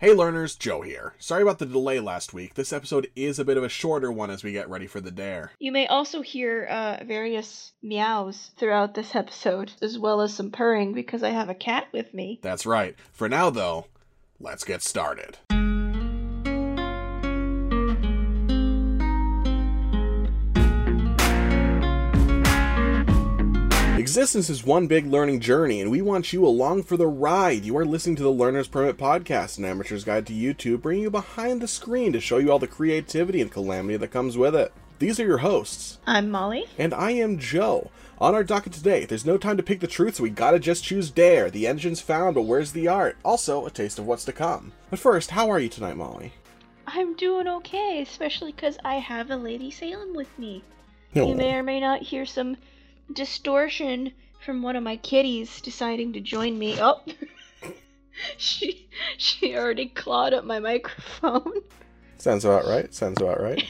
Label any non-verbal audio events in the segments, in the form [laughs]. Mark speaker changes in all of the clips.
Speaker 1: Hey learners, Joe here. Sorry about the delay last week. This episode is a bit of a shorter one as we get ready for the dare.
Speaker 2: You may also hear uh, various meows throughout this episode, as well as some purring because I have a cat with me.
Speaker 1: That's right. For now, though, let's get started. Existence is one big learning journey, and we want you along for the ride. You are listening to the Learner's Permit Podcast, an amateur's guide to YouTube, bringing you behind the screen to show you all the creativity and calamity that comes with it. These are your hosts,
Speaker 2: I'm Molly.
Speaker 1: and I am Joe. On our docket today, there's no time to pick the truth, so we gotta just choose dare. The engine's found, but where's the art? Also, a taste of what's to come. But first, how are you tonight, Molly?
Speaker 2: I'm doing okay, especially because I have a Lady Salem with me.
Speaker 1: No.
Speaker 2: You may or may not hear some distortion from one of my kitties deciding to join me. Oh, [laughs] she she already clawed up my microphone. [laughs]
Speaker 1: Sounds about right. Sounds about right.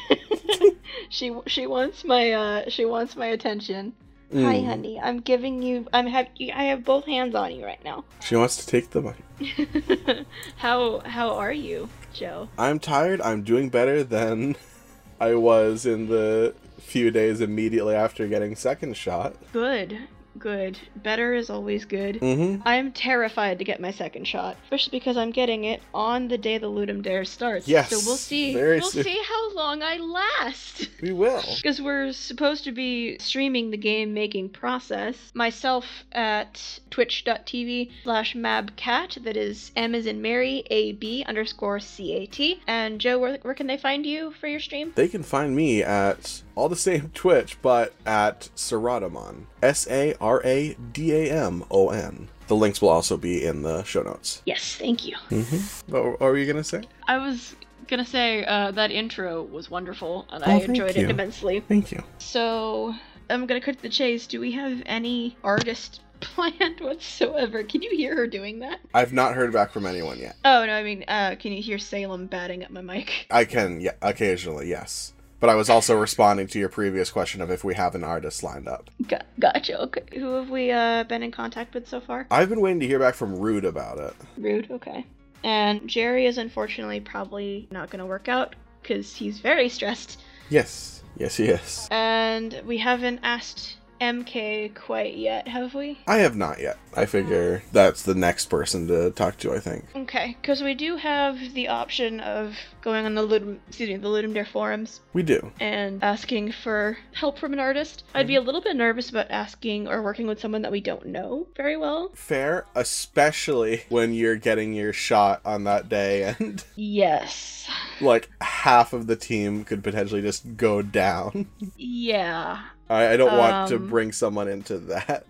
Speaker 2: she she wants my uh she wants my attention. Hi,
Speaker 1: Mm.
Speaker 2: honey. I'm giving you. I'm have. I have both hands on you right now.
Speaker 1: She wants to take the mic.
Speaker 2: [laughs] how how are you, Joe?
Speaker 1: I'm tired. I'm doing better than [laughs] I was in the few days immediately after getting second shot.
Speaker 2: Good, good. Better is always good.
Speaker 1: Mm-hmm.
Speaker 2: I'm terrified to get my second shot, especially because I'm getting it on the day the Ludum Dare starts.
Speaker 1: Yes,
Speaker 2: So we'll see.
Speaker 1: very
Speaker 2: we'll
Speaker 1: soon.
Speaker 2: see how long I last. [laughs]
Speaker 1: We will.
Speaker 2: Because we're supposed to be streaming the game making process. Myself at twitch.tv slash mabcat, that is M is in Mary, A B underscore C A T. And Joe, where, where can they find you for your stream?
Speaker 1: They can find me at all the same [laughs] Twitch, but at Saradamon. S A R A D A M O N. The links will also be in the show notes.
Speaker 2: Yes, thank you.
Speaker 1: Mm-hmm. What are you gonna say?
Speaker 2: I was gonna say uh, that intro was wonderful, and
Speaker 1: Oh,
Speaker 2: I
Speaker 1: thank
Speaker 2: enjoyed
Speaker 1: you.
Speaker 2: it immensely.
Speaker 1: Thank you.
Speaker 2: So I'm gonna cut to the chase. Do we have any artist [laughs] planned whatsoever? Can you hear her doing that?
Speaker 1: I've not heard back from anyone yet.
Speaker 2: Oh no, I mean, uh, can you hear Salem batting at my mic? [laughs]
Speaker 1: I can, yeah, occasionally, yes. But I was also responding to your previous question of if we have an artist lined up.
Speaker 2: Got- gotcha. Okay. Who have we uh, been in contact with so far?
Speaker 1: I've been waiting to hear back from Rude about it.
Speaker 2: Rude. Okay. And Jerry is unfortunately probably not gonna work out because he's very stressed.
Speaker 1: Yes. Yes, yes.
Speaker 2: And we haven't asked MK quite yet, have we?
Speaker 1: I have not yet. I figure that's the next person to talk to, I think.
Speaker 2: Okay, because we do have the option of going on the Ludum, excuse me, the Ludum Dare forums
Speaker 1: We do.
Speaker 2: and asking for help from an artist. I'd be a little bit nervous about asking or working with someone that we don't know very well.
Speaker 1: Fair, especially when you're getting your shot on that day and [laughs]
Speaker 2: Yes.
Speaker 1: like half of the team could potentially just go down. [laughs]
Speaker 2: Yeah.
Speaker 1: I, I don't want to
Speaker 2: Um.
Speaker 1: bring someone into that.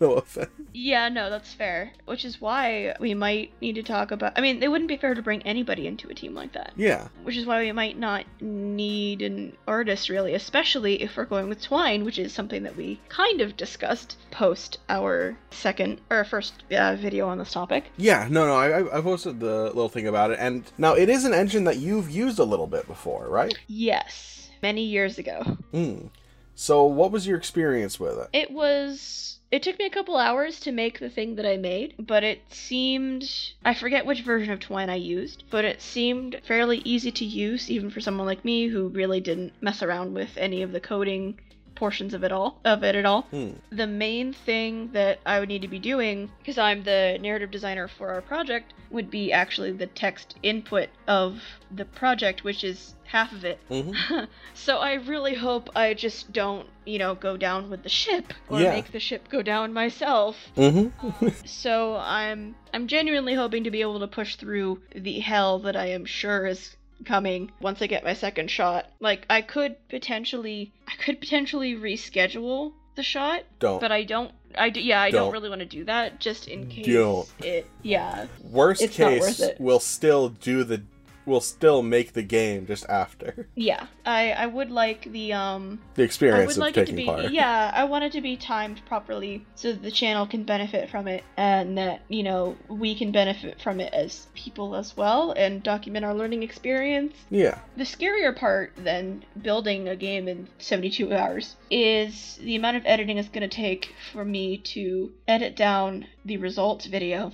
Speaker 1: [laughs] no offense.
Speaker 2: Yeah, no, that's fair. Which is why we might need to talk about. I mean, it wouldn't be fair to bring anybody into a team like that.
Speaker 1: Yeah.
Speaker 2: Which is why we might not need an artist, really, especially if we're going with Twine, which is something that we kind of discussed post our second or first uh, video on this topic.
Speaker 1: Yeah, no, no, I, I- I posted the little thing about it, and now it is an engine that you've used a little bit before, right?
Speaker 2: Yes, many years ago.
Speaker 1: Mm. So, what was your experience with it?
Speaker 2: It was. It took me a couple hours to make the thing that I made, but it seemed. I forget which version of Twine I used, but it seemed fairly easy to use, even for someone like me who really didn't mess around with any of the coding portions of it all of it at all
Speaker 1: Hmm.
Speaker 2: the main thing that I would need to be doing, because I'm the narrative designer for our project, would be actually the text input of the project, which is half of it.
Speaker 1: Mm-hmm.
Speaker 2: so I really hope I just don't, you know, go down with the ship or
Speaker 1: Yeah.
Speaker 2: make the ship go down myself.
Speaker 1: Mm-hmm.
Speaker 2: so I'm I'm genuinely hoping to be able to push through the hell that I am sure is coming once I get my second shot. Like I could potentially I could potentially reschedule the shot
Speaker 1: Don't.
Speaker 2: but I don't. I do, yeah, I don't,
Speaker 1: Don't.
Speaker 2: really want to do that just in case
Speaker 1: Don't.
Speaker 2: it. Yeah,
Speaker 1: Worst
Speaker 2: It's not worth
Speaker 1: case,
Speaker 2: it.
Speaker 1: we'll still do the, we'll still make the game just after [laughs]
Speaker 2: yeah. I I would like the um.
Speaker 1: the
Speaker 2: I
Speaker 1: experience
Speaker 2: would
Speaker 1: of
Speaker 2: like it to
Speaker 1: taking
Speaker 2: be.
Speaker 1: part.
Speaker 2: Yeah, I want it to be timed properly so that the channel can benefit from it, and that you know we can benefit from it as people as well, and document our learning experience.
Speaker 1: Yeah.
Speaker 2: The scarier part than building a game in 72 hours is the amount of editing it's going to take for me to edit down the results video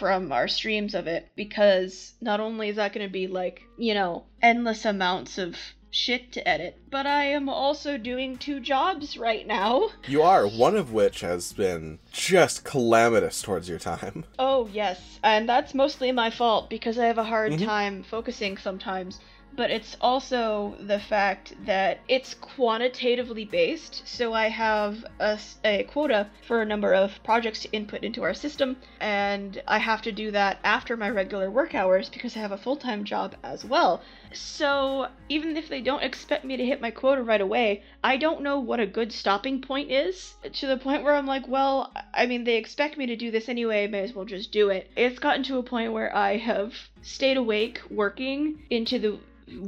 Speaker 2: from our streams of it because not only is that going to be like, you know, endless amounts of shit to edit, but I am also doing two jobs right now.
Speaker 1: You are, one of which has been just calamitous towards your time.
Speaker 2: Oh, yes. And that's mostly my fault because I have a hard
Speaker 1: Mhm.
Speaker 2: time focusing sometimes. But it's also the fact that it's quantitatively based. So I have a, s- a quota for a number of projects to input into our system. And I have to do that after my regular work hours because I have a full time job as well. So even if they don't expect me to hit my quota right away, I don't know what a good stopping point is to the point where I'm like, well, I mean, they expect me to do this anyway, I may as well just do it. It's gotten to a point where I have stayed awake working into the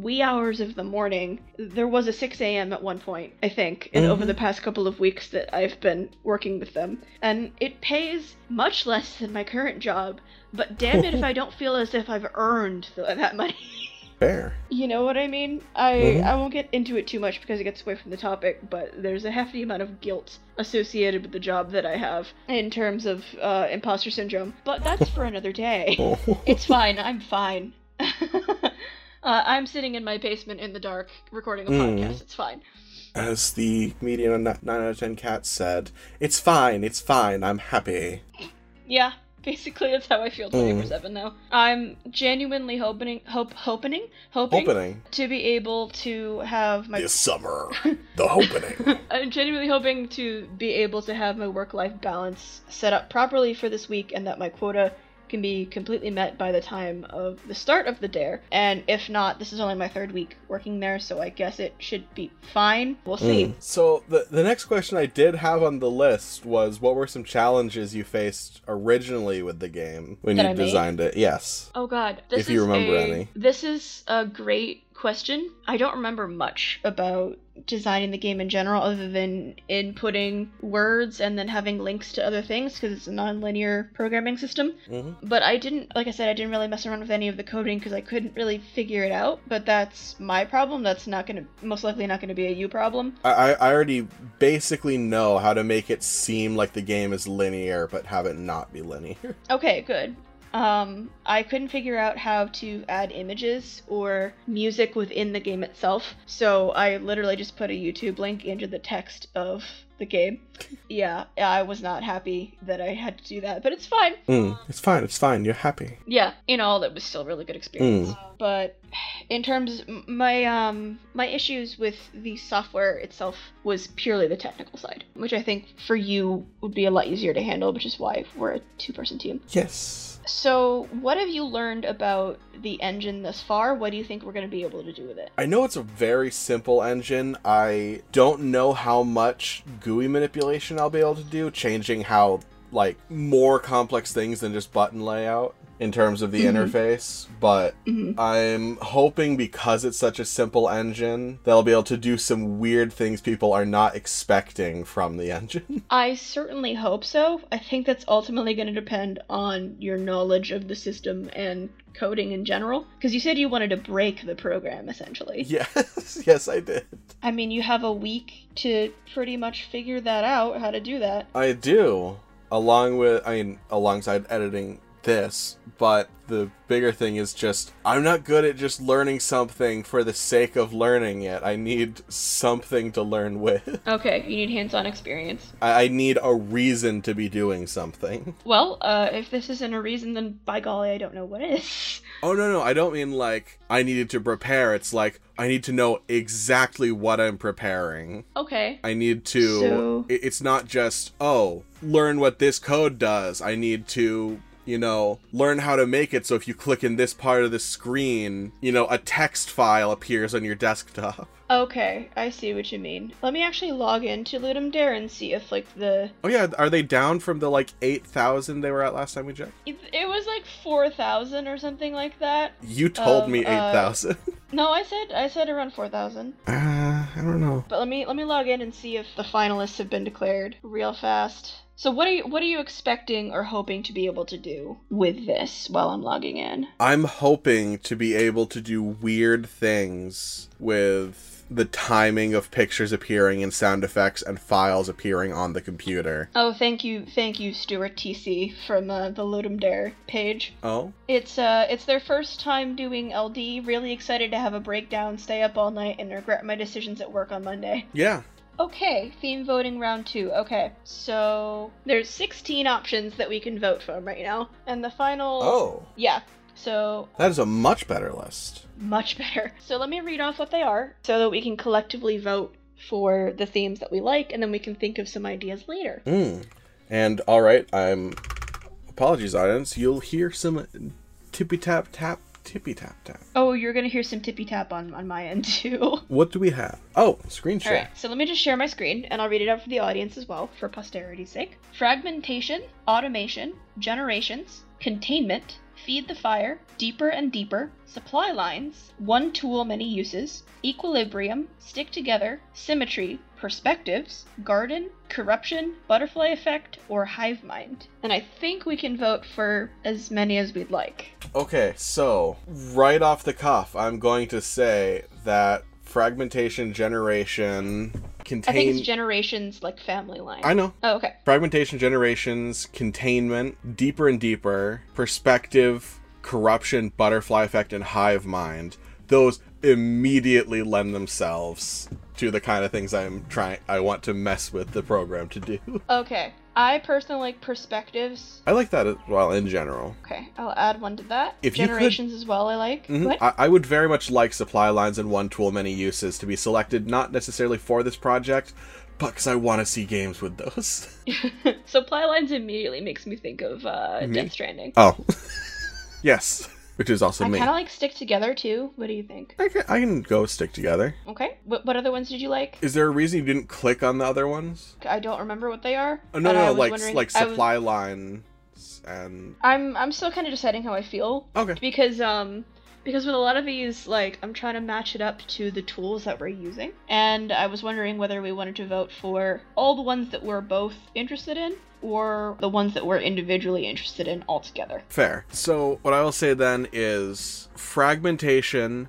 Speaker 2: wee hours of the morning. There was a 6 a.m. at one point, I think, and over
Speaker 1: Mhm.
Speaker 2: the past couple of weeks that I've been working with them. And it pays much less than my current job, but damn it if I don't feel as if I've earned th- that money.
Speaker 1: Fair.
Speaker 2: You know what I mean? I
Speaker 1: Mhm.
Speaker 2: I won't get into it too much because it gets away from the topic, but there's a hefty amount of guilt associated with the job that I have in terms of uh, imposter syndrome. But that's
Speaker 1: [laughs]
Speaker 2: for another day.
Speaker 1: Oh.
Speaker 2: It's fine. I'm fine. [laughs] uh, I'm sitting in my basement in the dark recording a
Speaker 1: Mm.
Speaker 2: podcast. It's fine.
Speaker 1: As the comedian on 9 out of 10 Cats said, it's fine, it's fine, I'm happy.
Speaker 2: Yeah, basically that's how I feel
Speaker 1: Mm.
Speaker 2: 24/7 now. I'm genuinely hoping hope hoping hoping,
Speaker 1: Opening.
Speaker 2: to be able to have my
Speaker 1: This summer, the
Speaker 2: [laughs]
Speaker 1: opening.
Speaker 2: I'm genuinely hoping to be able to have my work life balance set up properly for this week and that my quota can be completely met by the time of the start of the dare. And if not, this is only my third week working there, so I guess it should be fine. We'll see.
Speaker 1: Hmm. Mm. So the the next question I did have on the list was what were some challenges you faced originally with the game when
Speaker 2: That
Speaker 1: you
Speaker 2: I made?
Speaker 1: designed it? Yes.
Speaker 2: Oh god, this
Speaker 1: If you
Speaker 2: is
Speaker 1: remember
Speaker 2: a,
Speaker 1: any.
Speaker 2: This is a great question. I don't remember much about designing the game in general other than inputting words and then having links to other things because it's a non-linear programming system.
Speaker 1: hmm
Speaker 2: But I didn't, like I said, I didn't really mess around with any of the coding because I couldn't really figure it out. But that's my problem. That's not gonna, most likely not gonna be a you problem.
Speaker 1: I, I I already basically know how to make it seem like the game is linear but have it not be linear.
Speaker 2: Okay, good. Um, I couldn't figure out how to add images or music within the game itself, so I literally just put a YouTube link into the text of the game. Yeah, I was not happy that I had to do that, but it's fine.
Speaker 1: Mm, it's fine, it's fine, you're happy.
Speaker 2: Yeah, in all, it was still a really good experience. But in terms, m- my um my issues with the software itself was purely the technical side, which I think for you would be a lot easier to handle, which is why we're a two-person team.
Speaker 1: Yes.
Speaker 2: So, what have you learned about the engine thus far? What do you think we're going to be able to do with it?
Speaker 1: I know it's a very simple engine. I don't know how much GUI manipulation I'll be able to do, changing how like more complex things than just button layout in terms of the
Speaker 2: Mhm.
Speaker 1: interface, but
Speaker 2: Mm-hmm.
Speaker 1: I'm hoping because it's such a simple engine, they'll be able to do some weird things people are not expecting from the engine. [laughs]
Speaker 2: I certainly hope so. I think that's ultimately going to depend on your knowledge of the system and coding in general. Because you said you wanted to break the program, essentially.
Speaker 1: yes, yes, I did.
Speaker 2: I mean, you have a week to pretty much figure that out, how to do that.
Speaker 1: I do, along with, I mean, alongside editing this, but the bigger thing is just, I'm not good at just learning something for the sake of learning it. I need something to learn with. [laughs]
Speaker 2: Okay, you need hands on experience.
Speaker 1: I, I need a reason to be doing something. [laughs]
Speaker 2: Well, uh, if this isn't a reason, then by golly, I don't know what is. [laughs]
Speaker 1: Oh no no, I don't mean like I needed to prepare. It's like I need to know exactly what I'm preparing.
Speaker 2: Okay.
Speaker 1: I need to
Speaker 2: So-
Speaker 1: i- it's not just, oh, learn what this code does. I need to you know, learn how to make it so if you click in this part of the screen, you know, a text file appears on your desktop.
Speaker 2: Okay, I see what you mean. Let me actually log into Ludum Dare and see if like the
Speaker 1: Oh yeah, are they down from the like 8,000 they were at last time we checked?
Speaker 2: it, it was like four thousand or something like that.
Speaker 1: You told
Speaker 2: Um,
Speaker 1: me
Speaker 2: uh,
Speaker 1: 8,000. [laughs]
Speaker 2: No, I said I said around four thousand.
Speaker 1: Uh, I don't know.
Speaker 2: But let me let me log in and see if the finalists have been declared real fast. So what are you what are you expecting or hoping to be able to do with this while I'm logging in?
Speaker 1: I'm hoping to be able to do weird things with the timing of pictures appearing and sound effects and files appearing on the computer.
Speaker 2: Oh, thank you, thank you, Stuart TC from uh, the Lodum Dare page.
Speaker 1: Oh,
Speaker 2: It's uh, it's their first time doing LD. Really excited to have a breakdown, stay up all night, and regret my decisions at work on Monday.
Speaker 1: yeah.
Speaker 2: Okay, theme voting round two. Okay, so there's 16 options that we can vote from right now, and the final.
Speaker 3: Oh.
Speaker 2: Yeah. So
Speaker 1: That is a much better list.
Speaker 2: much [laughs] better. So let me read off what they are so that we can collectively vote for the themes that we like and then we can think of some ideas later.
Speaker 1: Mm. And all right, I'm apologies, audience. You'll hear some tippy tap tap tippy tap tap.
Speaker 2: Oh, you're going to hear some tippy tap on on my end [laughs] too.
Speaker 1: What do we have? Oh, screen share.
Speaker 2: Alright, so let me just share my screen and I'll read it out for the audience as well, for posterity's sake. Fragmentation, automation, generations, containment, feed the fire, deeper and deeper, supply lines, one tool, many uses, equilibrium, stick together, symmetry, perspectives, garden, corruption, butterfly effect, or hive mind. And I think we can vote for as many as we'd like.
Speaker 1: Okay, so right off the cuff, I'm going to say that fragmentation generation
Speaker 2: I think
Speaker 1: contain.
Speaker 2: it's generations like family line.
Speaker 1: I know.
Speaker 2: oh, okay.
Speaker 1: Fragmentation generations, containment, deeper and deeper, perspective, corruption, butterfly effect, and hive mind. Those immediately lend themselves to the kind of things I'm trying. I want to mess with the program to do. [laughs]
Speaker 2: Okay. I personally like perspectives
Speaker 1: I like that as well in general.
Speaker 2: Okay, I'll add one to that.
Speaker 1: If you could-
Speaker 2: Generations as well, I like.
Speaker 1: Mhm.
Speaker 2: What? [laughs]
Speaker 1: I, I would very much like supply lines and one tool many uses to be selected, not necessarily for this project, but because I want to see games with those. [laughs]
Speaker 2: Supply lines immediately makes me think of uh,
Speaker 1: Me?
Speaker 2: Death Stranding.
Speaker 1: Oh, yes, which is also
Speaker 2: I
Speaker 1: me.
Speaker 2: kind of like Stick Together too. What do you think?
Speaker 1: I can, I can go stick together.
Speaker 2: Okay. What, what other ones did you like?
Speaker 1: Is there a reason you didn't click on the other ones?
Speaker 2: I don't remember what they are.
Speaker 1: Oh, no,
Speaker 2: and I
Speaker 1: no,
Speaker 2: was
Speaker 1: like
Speaker 2: wondering-
Speaker 1: like
Speaker 2: I was-
Speaker 1: supply lines and
Speaker 2: I'm I'm still kind of deciding how I feel
Speaker 1: okay.
Speaker 2: because um because with a lot of these like I'm trying to match it up to the tools that we're using and I was wondering whether we wanted to vote for all the ones that we're both interested in or the ones that we're individually interested in altogether.
Speaker 1: Fair. So, what I will say then is fragmentation,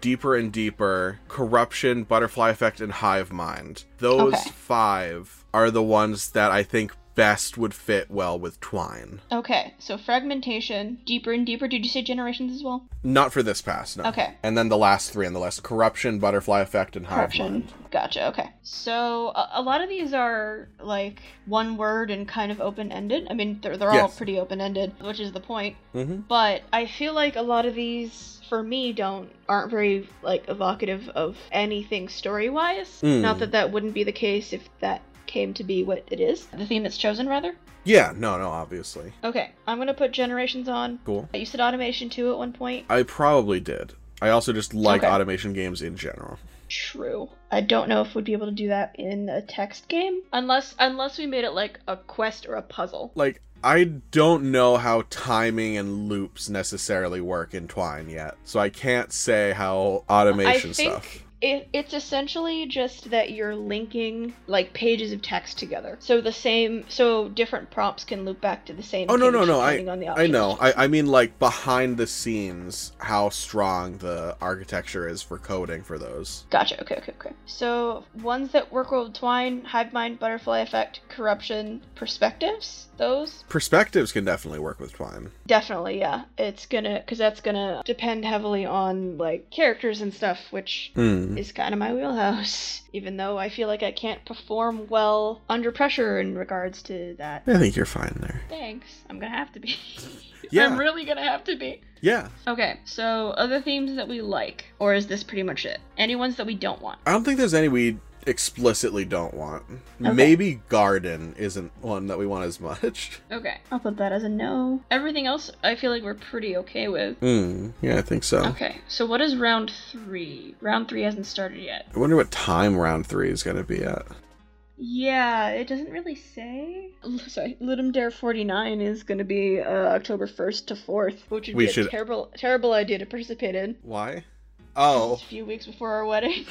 Speaker 1: deeper and deeper, corruption, butterfly effect, and hive mind. Those
Speaker 2: Okay.
Speaker 1: five are the ones that I think best would fit well with Twine.
Speaker 2: Okay, so fragmentation, deeper and deeper. Did you say generations as well?
Speaker 1: Not for this pass, no.
Speaker 2: Okay.
Speaker 1: And then the last three on the list corruption, butterfly effect, and hive
Speaker 2: Corruption.
Speaker 1: mind.
Speaker 2: Gotcha. Okay. So a, a lot of these are like one word and kind of open ended. I mean, they're, they're all
Speaker 1: Yes.
Speaker 2: pretty open ended, which is the point.
Speaker 1: Mm-hmm.
Speaker 2: But I feel like a lot of these, for me, don't aren't very like evocative of anything story wise.
Speaker 1: Mm.
Speaker 2: Not that that wouldn't be the case if that came to be what it is, the theme that's chosen rather.
Speaker 1: Yeah, no, no, obviously.
Speaker 2: Okay, I'm gonna put generations on.
Speaker 1: Cool.
Speaker 2: You said automation too at one point.
Speaker 1: I probably did. I also just like
Speaker 2: Okay.
Speaker 1: automation games in general.
Speaker 2: True. I don't know if we'd be able to do that in a text game, unless unless we made it like a quest or a puzzle.
Speaker 1: like I don't know how timing and loops necessarily work in Twine yet, so I can't say how automation
Speaker 2: I think
Speaker 1: stuff.
Speaker 2: It, it's essentially just that you're linking like pages of text together, so the same, so different prompts can loop back to the same.
Speaker 1: Oh, no,
Speaker 2: page
Speaker 1: no, no,
Speaker 2: depending on the
Speaker 1: I
Speaker 2: options.
Speaker 1: know. I, I mean, like behind the scenes, how strong the architecture is for coding for those.
Speaker 2: Gotcha. Okay, okay, okay. So ones that work with twine, hive mind, butterfly effect, corruption, perspectives. Those
Speaker 1: Perspectives can definitely work with Twine.
Speaker 2: Definitely, yeah. It's gonna, because that's gonna depend heavily on, like, characters and stuff, which
Speaker 1: Hmm.
Speaker 2: is kind of my wheelhouse, [laughs] even though I feel like I can't perform well under pressure in regards to that.
Speaker 1: I think you're fine there.
Speaker 2: Thanks. I'm gonna have to be. [laughs]
Speaker 1: Yeah.
Speaker 2: I'm really gonna have to be.
Speaker 1: Yeah.
Speaker 2: Okay, so other themes that we like, or is this pretty much it? Any ones that we don't want?
Speaker 1: I don't think there's any we explicitly don't want.
Speaker 2: Okay.
Speaker 1: Maybe garden isn't one that we want as much. [laughs]
Speaker 2: Okay. I'll put that as a no. Everything else, I feel like we're pretty okay with.
Speaker 1: Hmm. Yeah, I think so.
Speaker 2: Okay, so what is round three? Round three hasn't started yet.
Speaker 1: I wonder what time round three is going to be at.
Speaker 2: Yeah, it doesn't really say. L- Sorry, Ludum Dare 49 is going to be uh, October 1st to 4th, which would
Speaker 1: We
Speaker 2: be
Speaker 1: should-
Speaker 2: a terrible, terrible idea to participate in.
Speaker 1: Why?
Speaker 2: Just
Speaker 1: Oh. [laughs]
Speaker 2: a few weeks before our wedding.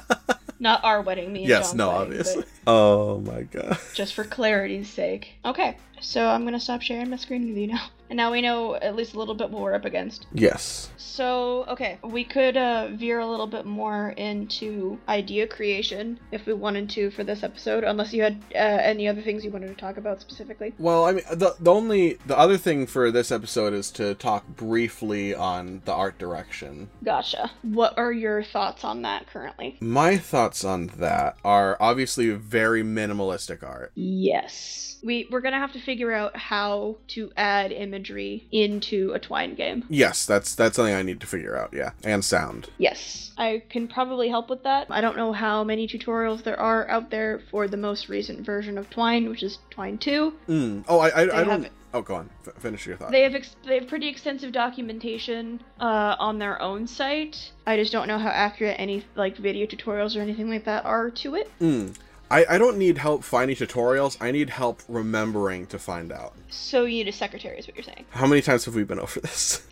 Speaker 2: [laughs] Not our wedding, me and
Speaker 1: yes,
Speaker 2: John's
Speaker 1: no, [laughs]
Speaker 2: wedding,
Speaker 1: obviously.
Speaker 2: but
Speaker 1: Oh my god.
Speaker 2: Just for clarity's sake. Okay, So I'm gonna stop sharing my screen with you now. [laughs] And now we know at least a little bit what we're up against.
Speaker 1: Yes.
Speaker 2: So, okay, we could uh, veer a little bit more into idea creation if we wanted to for this episode, unless you had uh, any other things you wanted to talk about specifically.
Speaker 1: Well, I mean, the, the only the other thing for this episode is to talk briefly on the art direction.
Speaker 2: Gotcha. What are your thoughts on that currently?
Speaker 1: My thoughts on that are obviously very minimalistic art.
Speaker 2: Yes. We, we're gonna have to figure out how to add imagery into a Twine game.
Speaker 1: Yes, that's that's something I need to figure out. Yeah, and sound.
Speaker 2: Yes, I can probably help with that. I don't know how many tutorials there are out there for the most recent version of Twine, which is Twine 2.
Speaker 1: Mm. Oh, I I, I
Speaker 2: have
Speaker 1: don't.
Speaker 2: it.
Speaker 1: Oh, go on. F- finish your thought.
Speaker 2: They have ex- they have pretty extensive documentation uh, on their own site. I just don't know how accurate any like video tutorials or anything like that are to it.
Speaker 1: Mm. I, I don't need help finding tutorials. I need help remembering to find out.
Speaker 2: So you need a secretary, is what you're saying.
Speaker 1: How many times have we been [laughs] over this?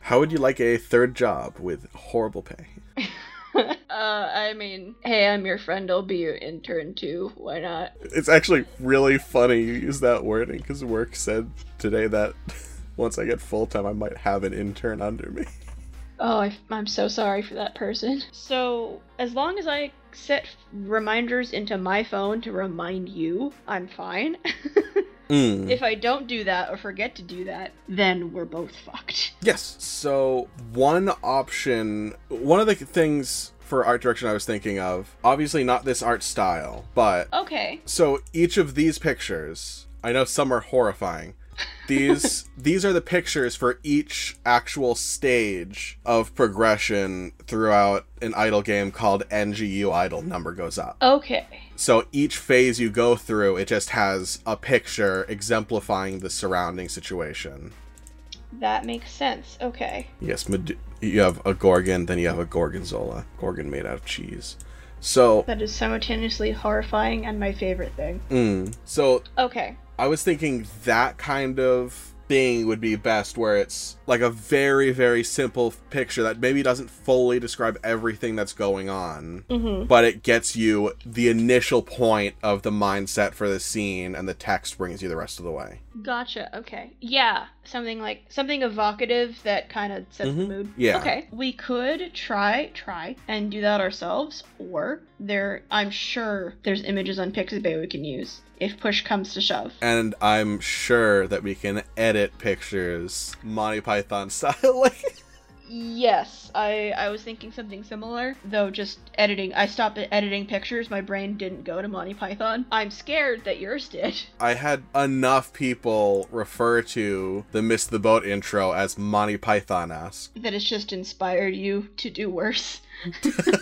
Speaker 1: How would you like a third job with horrible pay?
Speaker 2: [laughs] uh, I mean, hey, I'm your friend. I'll be your intern too. Why not?
Speaker 1: It's actually really funny you use that wording because work said today that [laughs] once I get full time, I might have an intern under me.
Speaker 2: Oh, I, am so sorry for that person. So, as long as I set reminders into my phone to remind you, I'm fine. [laughs]
Speaker 1: Mm.
Speaker 2: if I don't do that or forget to do that, then we're both fucked.
Speaker 1: Yes. So one option, one of the things for art direction I was thinking of, obviously not this art style, but
Speaker 2: Okay.
Speaker 1: so each of these pictures, I know some are horrifying. These these are the pictures for each actual stage of progression throughout an idol game called NGU Idol number goes up.
Speaker 2: Okay.
Speaker 1: So each phase you go through, it just has a picture exemplifying the surrounding situation.
Speaker 2: That makes sense. Okay.
Speaker 1: Yes, Medu- you have a gorgon, then you have a gorgonzola. Gorgon made out of cheese. So,
Speaker 2: That is simultaneously horrifying and my favorite thing.
Speaker 1: mm, so
Speaker 2: Okay.
Speaker 1: I was thinking that kind of thing would be best, where it's like a very, very simple picture that maybe doesn't fully describe everything that's going on,
Speaker 2: Mm-hmm.
Speaker 1: but it gets you the initial point of the mindset for the scene, and the text brings you the rest of the way.
Speaker 2: Gotcha. Okay. Yeah. Something like something evocative that kind of sets the
Speaker 1: Mhm.
Speaker 2: mood.
Speaker 1: Yeah.
Speaker 2: Okay. We could try, try, and do that ourselves, or there. I'm sure there's images on Pixabay we can use if push comes to shove.
Speaker 1: And I'm sure that we can edit pictures Monty Python [laughs] style. like-
Speaker 2: Yes, I I was thinking something similar, though just editing. I stopped at editing pictures. My brain didn't go to Monty Python. I'm scared that yours did. [laughs]
Speaker 1: I had enough people refer to the Miss the Boat intro as Monty Python esque.
Speaker 2: That it's just inspired you to do worse. [laughs]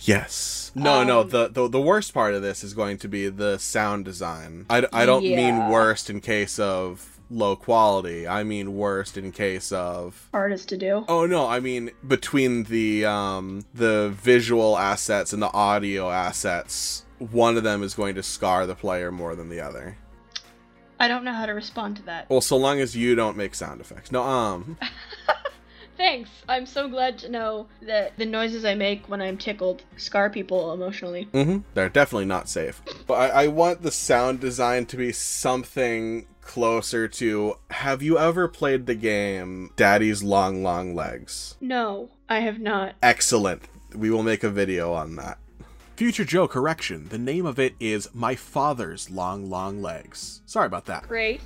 Speaker 1: Yes. No, no,
Speaker 2: Um,
Speaker 1: the, the the worst part of this is going to be the sound design. I, d- I don't mean
Speaker 2: Yeah.
Speaker 1: worst in case of low quality, I mean worst in case of.
Speaker 2: Hardest to do.
Speaker 1: Oh no, I mean between the um the visual assets and the audio assets, one of them is going to scar the player more than the other.
Speaker 2: I don't know how to respond to that.
Speaker 1: Well, so long as you don't make sound effects. No, um
Speaker 2: Thanks. I'm so glad to know that the noises I make when I'm tickled scar people emotionally.
Speaker 1: Mm-hmm. They're definitely not safe. But I, I want the sound design to be something closer to have you ever played the game Daddy's Long Long Legs?
Speaker 2: No, I have not.
Speaker 1: Excellent. We will make a video on that. Future Joe correction, the name of it is My Father's Long Long Legs. Sorry about that.
Speaker 2: Great.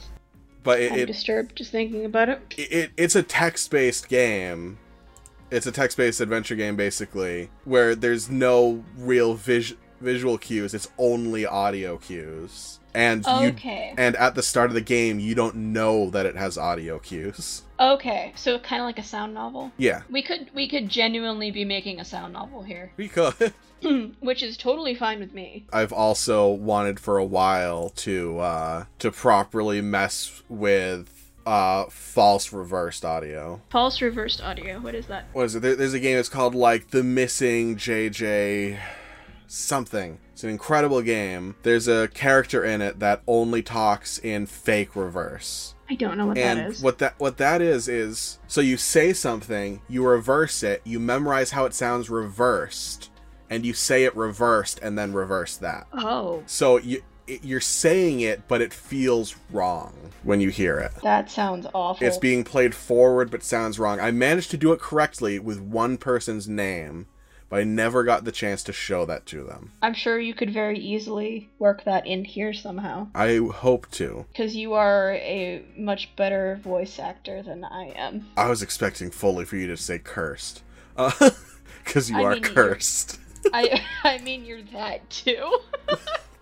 Speaker 1: But
Speaker 2: I'm
Speaker 1: it, it,
Speaker 2: disturbed just thinking about it.
Speaker 1: it it's a text-based game. It's a text-based adventure game basically where there's no real vis- visual cues. It's only audio cues. And you
Speaker 2: Okay.
Speaker 1: and at the start of the game you don't know that it has audio cues [laughs]
Speaker 2: Okay. So kind of like a sound novel.
Speaker 1: yeah
Speaker 2: We could we could genuinely be making a sound novel here,
Speaker 1: because [laughs]
Speaker 2: which is totally fine with me.
Speaker 1: i've also wanted for a while to uh to properly mess with uh false reversed audio
Speaker 2: False reversed audio. What is that?
Speaker 1: what is it there, there's a game that's called like the missing jj something it's an incredible game there's a character in it that only talks in fake reverse
Speaker 2: I don't know what that
Speaker 1: and
Speaker 2: is.
Speaker 1: what that what that is is so you say something you reverse it you memorize how it sounds reversed and you say it reversed and then reverse that
Speaker 2: oh.
Speaker 1: so you it, you're saying it, but it feels wrong when you hear it.
Speaker 2: That sounds awful.
Speaker 1: It's being played forward, but sounds wrong. I managed to do it correctly with one person's name, but I never got the chance to show that to them.
Speaker 2: I'm sure you could very easily work that in here somehow.
Speaker 1: I hope to.
Speaker 2: Because you are a much better voice actor than I am.
Speaker 1: I was expecting fully for you to say cursed, [laughs] because you
Speaker 2: I
Speaker 1: are
Speaker 2: mean, you're-
Speaker 1: cursed. [laughs]
Speaker 2: I [laughs] I mean you're that too.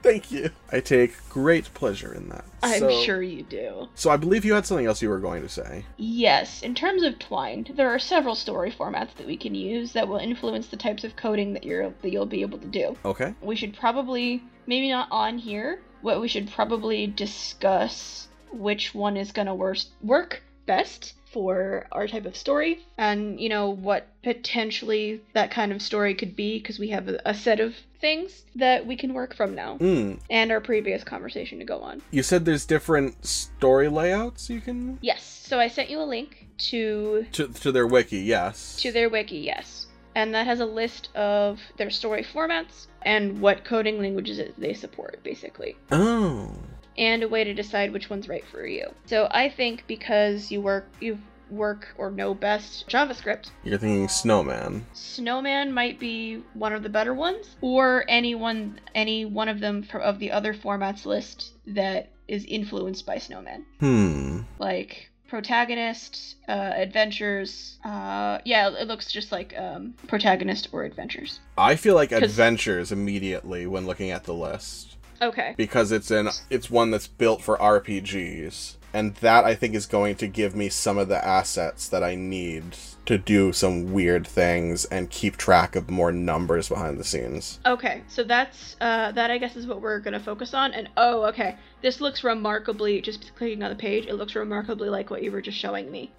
Speaker 1: Thank you. I take great pleasure in that.
Speaker 2: [laughs] I'm
Speaker 1: So-
Speaker 2: sure you do.
Speaker 1: So I believe you had something else you were going to say.
Speaker 2: Yes, in terms of Twine, there are several story formats that we can use that will influence the types of coding that you're that you'll be able to do.
Speaker 1: Okay.
Speaker 2: We should probably maybe not on here, but we should probably discuss which one is going to worst work best for our type of story and you know what potentially that kind of story could be because we have a, a set of things that we can work from now
Speaker 1: Mm.
Speaker 2: and our previous conversation to go on.
Speaker 1: You said there's different story layouts you can
Speaker 2: Yes, so I sent you a link to
Speaker 1: to to their wiki. Yes.
Speaker 2: to their wiki, yes. And that has a list of their story formats and what coding languages it- they support basically.
Speaker 1: oh.
Speaker 2: and a way to decide which one's right for you. So I think because you work you work or know best JavaScript,
Speaker 1: You're thinking snowman.
Speaker 2: Snowman might be one of the better ones, or any one any one of them for, of the other formats list that is influenced by Snowman,
Speaker 1: Hmm.
Speaker 2: like protagonist, uh, adventures. Uh, yeah, it looks just like um, protagonist or adventures.
Speaker 1: I feel like
Speaker 2: 'Cause-
Speaker 1: adventures immediately when looking at the list
Speaker 2: Okay.
Speaker 1: because it's an it's one that's built for RPGs and that I think is going to give me some of the assets that I need to do some weird things and keep track of more numbers behind the scenes. [laughs]
Speaker 2: Okay, so that's uh, that I guess is what we're gonna focus on. And oh, okay, this looks remarkably just clicking on the page. It looks remarkably like what you were just showing me.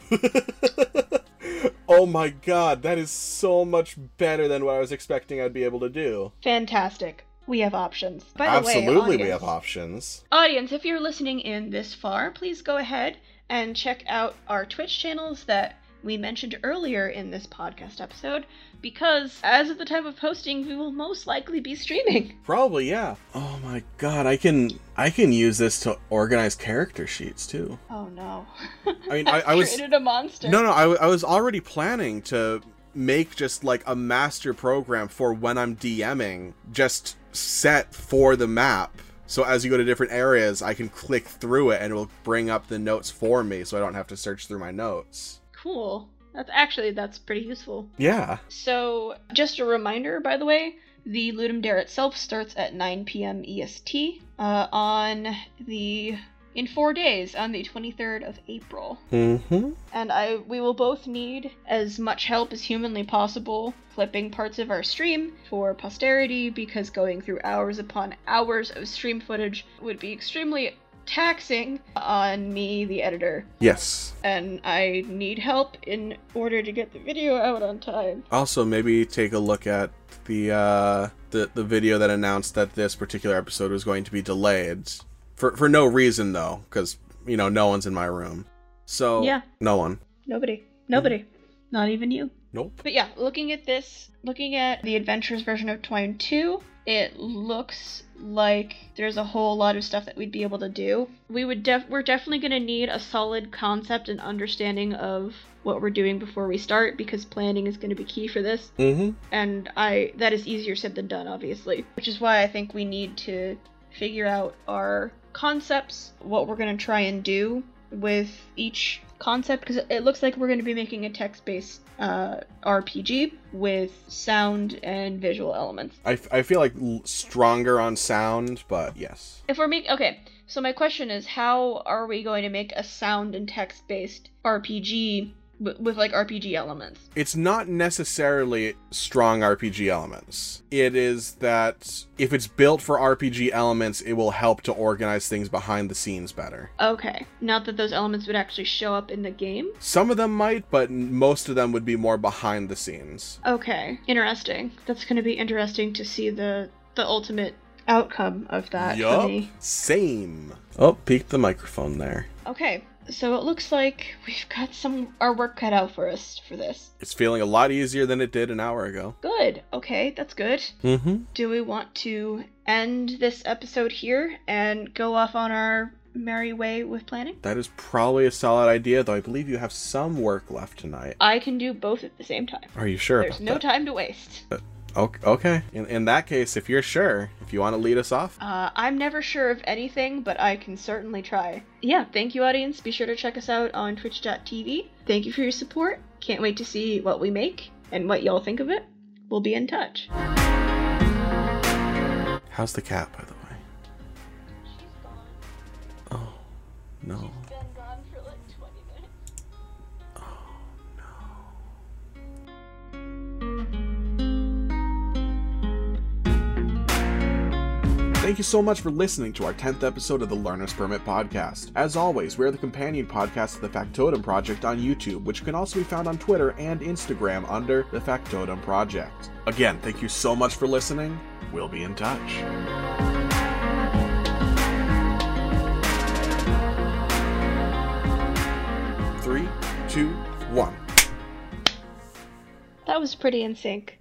Speaker 1: oh my god, that is so much better than what I was expecting I'd be able to do.
Speaker 2: Fantastic. We have options. By the way,
Speaker 1: Absolutely,
Speaker 2: audience,
Speaker 1: we have options.
Speaker 2: Audience, if you're listening in this far, please go ahead and check out our Twitch channels that we mentioned earlier in this podcast episode, because as of the time of posting, we will most likely be streaming.
Speaker 1: Probably, yeah. Oh my god, I can I can use this to organize character sheets too.
Speaker 2: [laughs] Oh no!
Speaker 1: I mean,
Speaker 2: [laughs]
Speaker 1: I- I was-
Speaker 2: created a monster.
Speaker 1: No, no, I, w- I was already planning to make just like a master program for when I'm DMing, just set for the map. So as you go to different areas, I can click through it and it will bring up the notes for me so I don't have to search through my notes.
Speaker 2: Cool. That's actually that's pretty useful.
Speaker 1: Yeah.
Speaker 2: So, just a reminder, by the way, the Ludum Dare itself starts at 9 p.m. EST E uh, on the in four days on the 23rd of April.
Speaker 1: Mm-hmm.
Speaker 2: And I we will both need as much help as humanly possible clipping parts of our stream for posterity because going through hours upon hours of stream footage would be extremely taxing on me, the editor,
Speaker 1: Yes.
Speaker 2: and I need help in order to get the video out on time.
Speaker 1: Also, maybe take a look at the uh, the the video that announced that this particular episode was going to be delayed for for no reason though, because you know no one's in my room. So
Speaker 2: Yeah.
Speaker 1: no one.
Speaker 2: Nobody. Nobody. Not even you.
Speaker 1: Nope.
Speaker 2: But yeah, looking at this, looking at the adventures version of Twine 2, it looks like there's a whole lot of stuff that we'd be able to do. We would def- we're definitely going to need a solid concept and understanding of what we're doing before we start because planning is going to be key for this
Speaker 1: Mm-hmm.
Speaker 2: and I that is easier said than done, obviously. Which is why I think we need to figure out our concepts, what we're gonna try and do with each concept, because it looks like we're gonna be making a text-based uh, RPG with sound and visual elements.
Speaker 1: I, f- I feel like l- stronger on sound, but yes.
Speaker 2: If we're making okay, so my question is, how are we going to make a sound and text-based RPG w- with like RPG elements?
Speaker 1: It's not necessarily strong RPG elements. It is that if it's built for RPG elements, it will help to organize things behind the scenes better.
Speaker 2: Okay, not that those elements would actually show up in the game.
Speaker 1: Some of them might, but n- most of them would be more behind the scenes.
Speaker 2: Okay, interesting. That's going to be interesting to see the the ultimate outcome of that. for
Speaker 1: Yup.
Speaker 2: me.
Speaker 1: Same. Oh, peeked the microphone there.
Speaker 2: Okay, So it looks like we've got some our work cut out for us for this.
Speaker 1: It's feeling a lot easier than it did an hour ago.
Speaker 2: Good. Okay, that's good.
Speaker 1: Mm-hmm.
Speaker 2: Do we want to end this episode here and go off on our merry way with planning?
Speaker 1: That is probably a solid idea, though I believe you have some work left tonight.
Speaker 2: I can do both at the same time.
Speaker 1: Are you sure?
Speaker 2: Uh, There's
Speaker 1: about
Speaker 2: no
Speaker 1: that?
Speaker 2: time to waste.
Speaker 1: O- Uh, Okay. In, in that case, if you're sure, if you want to lead us off,
Speaker 2: Uh, I'm never sure of anything, but I can certainly try. Yeah, thank you, audience. Be sure to check us out on twitch.tv. Thank you for your support. Can't wait to see what we make and what y'all think of it. We'll be in touch.
Speaker 1: how's the cat, by the way? Oh, no. Thank you so much for listening to our 10th episode of the Learner's Permit podcast. As always, we are the companion podcast of the Factotum Project on YouTube, which can also be found on Twitter and Instagram under the Factotum Project. Again, thank you so much for listening. We'll be in touch. Three, two, one.
Speaker 2: That was pretty in sync.